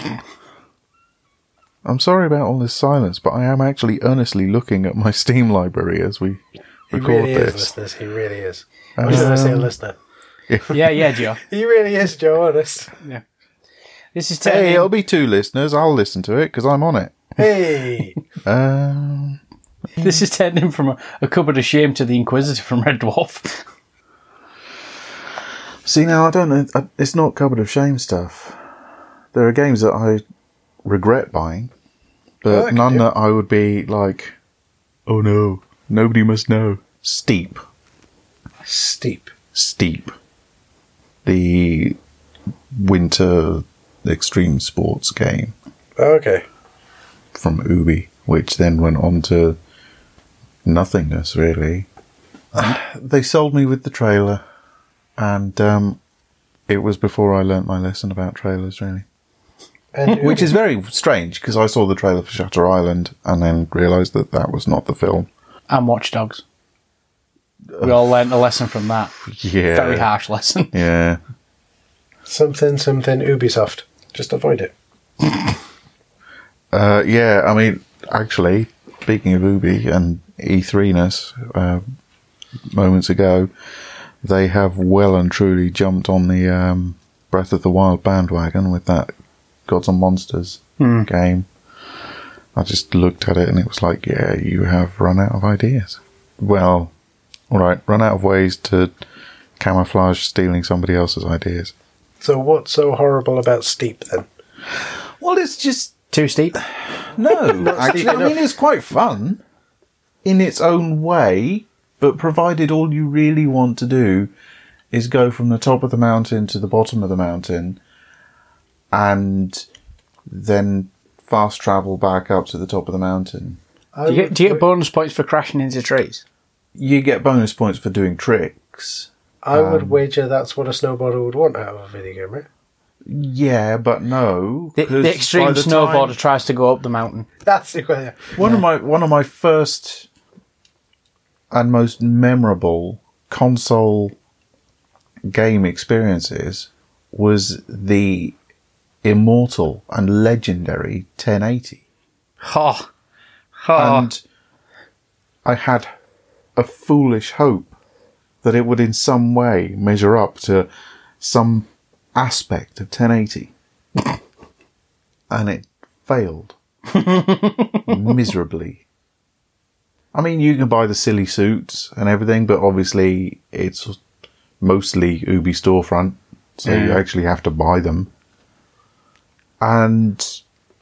Speaker 4: I'm sorry about all this silence, but I am actually earnestly looking at my Steam library as we
Speaker 1: He
Speaker 4: record
Speaker 1: really is,
Speaker 4: this.
Speaker 1: listeners. He really is. I was going to say
Speaker 4: Um,
Speaker 1: listener.
Speaker 2: Yeah, yeah, Joe.
Speaker 1: He really is, Joe. Honest.
Speaker 2: This is
Speaker 4: Hey,
Speaker 2: turning.
Speaker 4: it'll be two listeners. I'll listen to it because I'm on it.
Speaker 1: Hey.
Speaker 4: Um,
Speaker 2: This is turning from a, a cupboard of shame to the Inquisitor from Red Dwarf.
Speaker 4: see, now I don't know. I- It's not cupboard of shame stuff. There are games that I regret buying, but none Oh, that I would be like, oh no, nobody must know. Steep.
Speaker 1: Steep.
Speaker 4: steep. The winter extreme sports game
Speaker 1: Okay.
Speaker 4: from Ubi, which then went on to nothingness, really. they sold me with the trailer, and um, it was before I learnt my lesson about trailers, really.
Speaker 2: Hmm,
Speaker 1: And
Speaker 4: Which is very strange because I saw the trailer for Shutter Island and then realised that that was not the film.
Speaker 2: And Watch Dogs. We all learnt a lesson from that.
Speaker 4: Yeah.
Speaker 2: Very harsh lesson.
Speaker 4: Yeah.
Speaker 1: something, something Ubisoft. Just avoid it.
Speaker 4: Uh, yeah, I mean, actually, speaking of Ubi and E3ness, uh, moments ago, they have well and truly jumped on the um, Breath of the Wild bandwagon with that Gods and Monsters game. I just looked at it and it was like, yeah, you have run out of ideas. Well, all right, run out of ways to camouflage stealing somebody else's ideas.
Speaker 1: So what's so horrible about Steep then?
Speaker 4: Well, it's just
Speaker 2: Too steep.
Speaker 4: No, actually, I mean it's quite fun in its own way, but provided all you really want to do is go from the top of the mountain to the bottom of the mountain, and then fast travel back up to the top of the mountain.
Speaker 2: Do you, get, do you get bonus points for crashing into trees?
Speaker 4: You get bonus points for doing tricks.
Speaker 2: Um,
Speaker 1: I would wager that's what a snowboarder would want out of a video game, right?
Speaker 4: Yeah, but no.
Speaker 2: The,
Speaker 4: 'cause
Speaker 2: the extreme
Speaker 4: by the
Speaker 2: snowboarder
Speaker 4: time-
Speaker 2: tries to go up the mountain.
Speaker 1: That's the question.
Speaker 4: One of my one of my first and most memorable console game experiences was the immortal and legendary 1080.
Speaker 2: Ha! Ha!
Speaker 4: And I had a foolish hope that it would in some way measure up to some aspect of 1080. and it failed miserably. I mean, you can buy the silly suits and everything, but obviously it's mostly Ubi storefront, so you actually have to buy them. And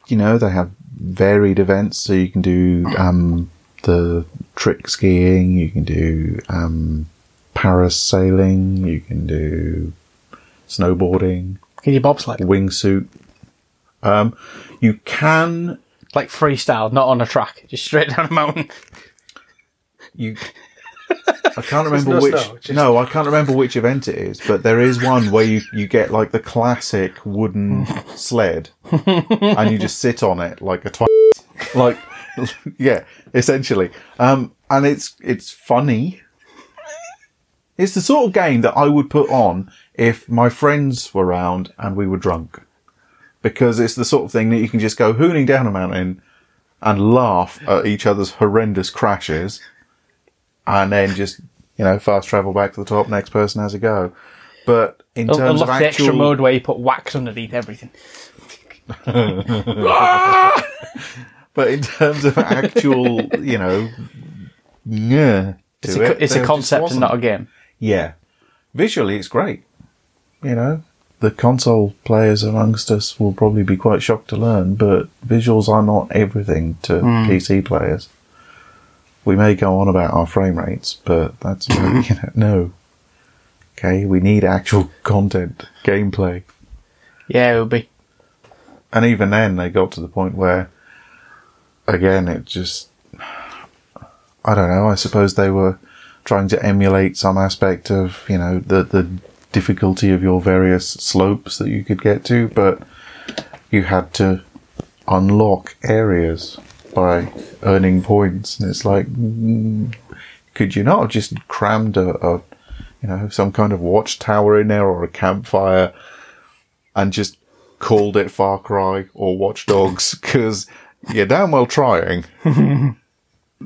Speaker 4: you know they have varied events, so you can do um, the trick skiing, you can do um, parasailing, you can do snowboarding,
Speaker 2: Can you bobsled?
Speaker 4: wingsuit. Um, you can
Speaker 2: Like freestyle, not on a track, just straight down a mountain.
Speaker 4: you I can't remember
Speaker 1: no
Speaker 4: which
Speaker 1: snow, it's just-
Speaker 4: no I can't remember which event it is but there is one where you you get like the classic wooden sled and you just sit on it like a twi- like yeah essentially um and it's it's funny it's the sort of game that I would put on if my friends were round and we were drunk because it's the sort of thing that you can just go hooning down a mountain and laugh at each other's horrendous crashes and then just you know fast travel back to the top. Next person has a go. But in
Speaker 2: Un-
Speaker 4: terms
Speaker 2: Oh, Unlock
Speaker 4: of
Speaker 2: the extra
Speaker 4: actual,
Speaker 2: mode where you put wax underneath everything.
Speaker 4: but in terms of actual, you know, yeah,
Speaker 2: It's, a, co- it's a concept and not a game.
Speaker 4: yeah. Visually, it's great. You know, the console players amongst us will probably be quite shocked to learn, but visuals are not everything to PC players. We may go on about our frame rates, but that's you know, no. Okay, we need actual content, gameplay.
Speaker 2: Yeah, it would be.
Speaker 4: and even then they got to the point where again it just i don't know i suppose they were trying to emulate some aspect of you know the the difficulty of your various slopes that you could get to but you had to unlock areas by earning points and it's like mm, could you not have just crammed a, a you know some kind of watchtower in there or a campfire and just called it Far Cry or Watch Dogs because you're damn well trying.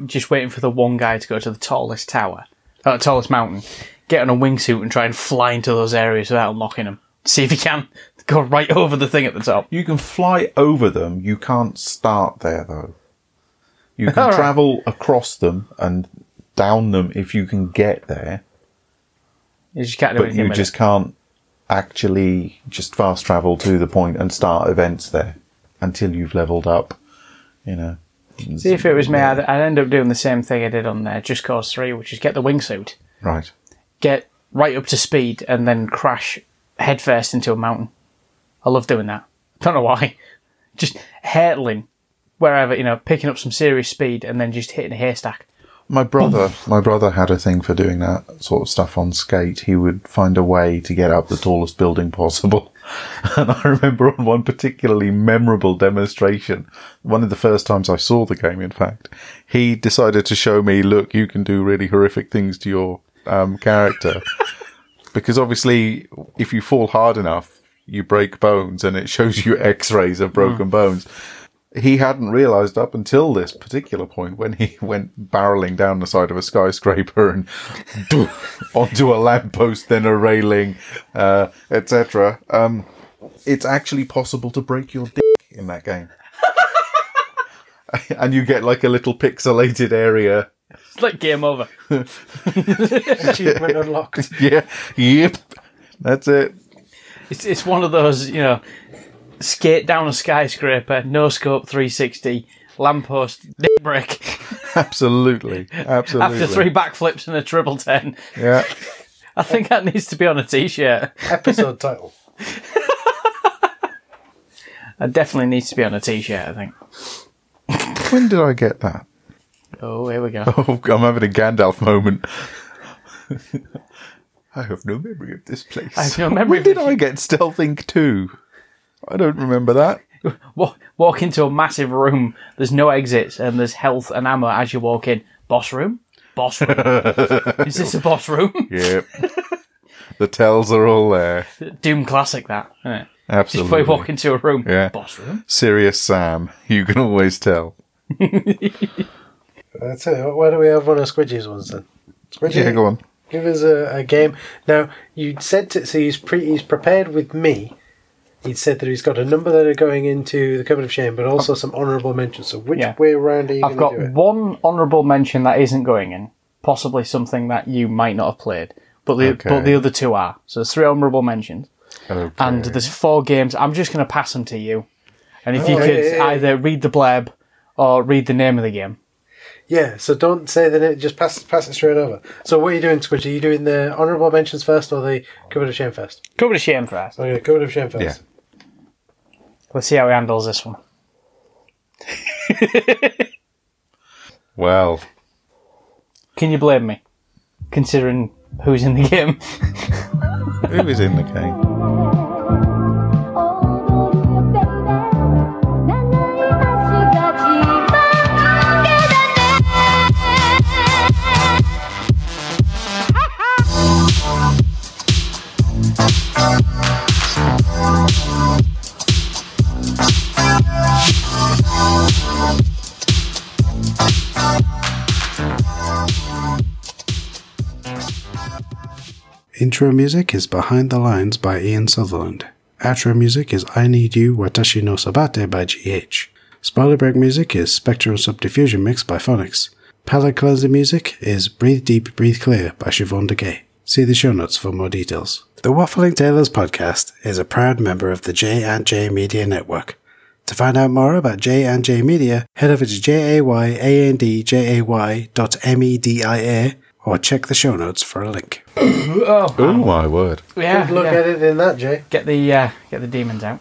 Speaker 2: Just waiting for the one guy to go to the tallest tower, uh, tallest mountain, get on a wingsuit and try and fly into those areas without unlocking them. See if he can go right over the thing at the top.
Speaker 4: You can fly over them, you can't start there though. You can
Speaker 2: Alright.
Speaker 4: travel across them and down them if you can get there,
Speaker 2: You just can't do
Speaker 4: but
Speaker 2: anything
Speaker 4: you
Speaker 2: with
Speaker 4: just
Speaker 2: it.
Speaker 4: can't actually just fast travel to the point and start events there until you've leveled up, you know.
Speaker 2: See if it was me, I'd, I'd end up doing the same thing I did on there, Just Cause 3, which is get the wingsuit,
Speaker 4: Right.
Speaker 2: get right up to speed, and then crash headfirst into a mountain. I love doing that. Don't know why. Just hurtling wherever, you know, picking up some serious speed and then just hitting a haystack.
Speaker 4: My brother, my brother had a thing for doing that sort of stuff on skate. He would find a way to get up the tallest building possible. And I remember on one particularly memorable demonstration, one of the first times I saw the game, in fact, he decided to show me, look, you can do really horrific things to your um, character. because obviously, if you fall hard enough, you break bones and it shows you x rays of broken bones he hadn't realized up until this particular point when he went barreling down the side of a skyscraper and onto a lamppost, then a railing, uh, etc. Um, it's actually possible to break your dick in that game. and you get like a little pixelated area.
Speaker 2: It's like game over.
Speaker 1: Achievement unlocked.
Speaker 4: Yeah, yep, that's it.
Speaker 2: It's, it's one of those, you know, skate down a skyscraper, no scope 360, lamppost, dick break,
Speaker 4: Absolutely, absolutely.
Speaker 2: after three backflips and a triple 10.
Speaker 4: yeah.
Speaker 2: I think that needs to be on a t shirt.
Speaker 1: Episode title.
Speaker 2: That definitely needs to be on a t shirt, I think.
Speaker 4: When did I get that?
Speaker 2: Oh, here we go.
Speaker 4: Oh, I'm having a Gandalf moment. I have no memory of this place.
Speaker 2: I have no memory
Speaker 4: When
Speaker 2: of
Speaker 4: did
Speaker 2: this.
Speaker 4: I get Stealth Inc. 2? I don't remember that.
Speaker 2: Wa- Walk into a massive room. There's no exits, and there's health and ammo as you walk in. Boss room. Boss room. Is this a boss room?
Speaker 4: Yep. the tells are all there.
Speaker 2: Doom classic that. Isn't it? Just
Speaker 4: Absolutely.
Speaker 2: before you walk into a room.
Speaker 4: Yeah.
Speaker 2: Boss room.
Speaker 4: Serious Sam. You can always tell.
Speaker 1: I tell you what, why do we have one of Squidgy's ones then? Squidgy,
Speaker 4: Yeah, go on.
Speaker 1: give us a, a game. Now you said to, so he's pre, he's prepared with me. He said that he's got a number that are going into the cupboard of shame, but also some honourable mentions. So which
Speaker 2: Oh. Yeah.
Speaker 1: way round are you going
Speaker 2: I've got
Speaker 1: to do it?
Speaker 2: one honourable mention that isn't going in. Possibly something that you might not have played, but the
Speaker 4: Okay.
Speaker 2: but the other two are. So there's three honourable mentions.
Speaker 4: Okay.
Speaker 2: and there's four games. I'm just going to pass them to you, and if you
Speaker 1: Oh,
Speaker 2: could
Speaker 1: yeah, yeah, yeah.
Speaker 2: either read the blurb or read the name of the game.
Speaker 1: Yeah. So don't say that. It just pass pass it straight over. So what are you doing, Squidgy? Are you doing the honourable mentions first or the cupboard of shame first?
Speaker 2: Cover to shame first.
Speaker 1: Okay, cupboard of shame first.
Speaker 4: Yeah.
Speaker 2: Let's see how he handles this one.
Speaker 4: Well,
Speaker 2: Can you blame me, considering who's in the game?
Speaker 4: who is in the game?
Speaker 8: Intro music is Behind the Lines by Ian Sutherland. Outro music is I Need You Watashi no Sabate by GH. Spoiler break music is Spectral Subdiffusion Mix by Phonics. Palette cleanser music is Breathe Deep, Breathe Clear by Siobhan DeGay. See the show notes for more details. The Waffling Tailors podcast is a proud member of the J and J Media Network. To find out more about J and J Media, head over to jayandjay dot E media or check the show notes for a link.
Speaker 2: oh,
Speaker 4: Oh my word.
Speaker 2: yeah.
Speaker 1: Good luck
Speaker 2: yeah.
Speaker 1: at it in that, Jay.
Speaker 2: Get the uh, get the demons out.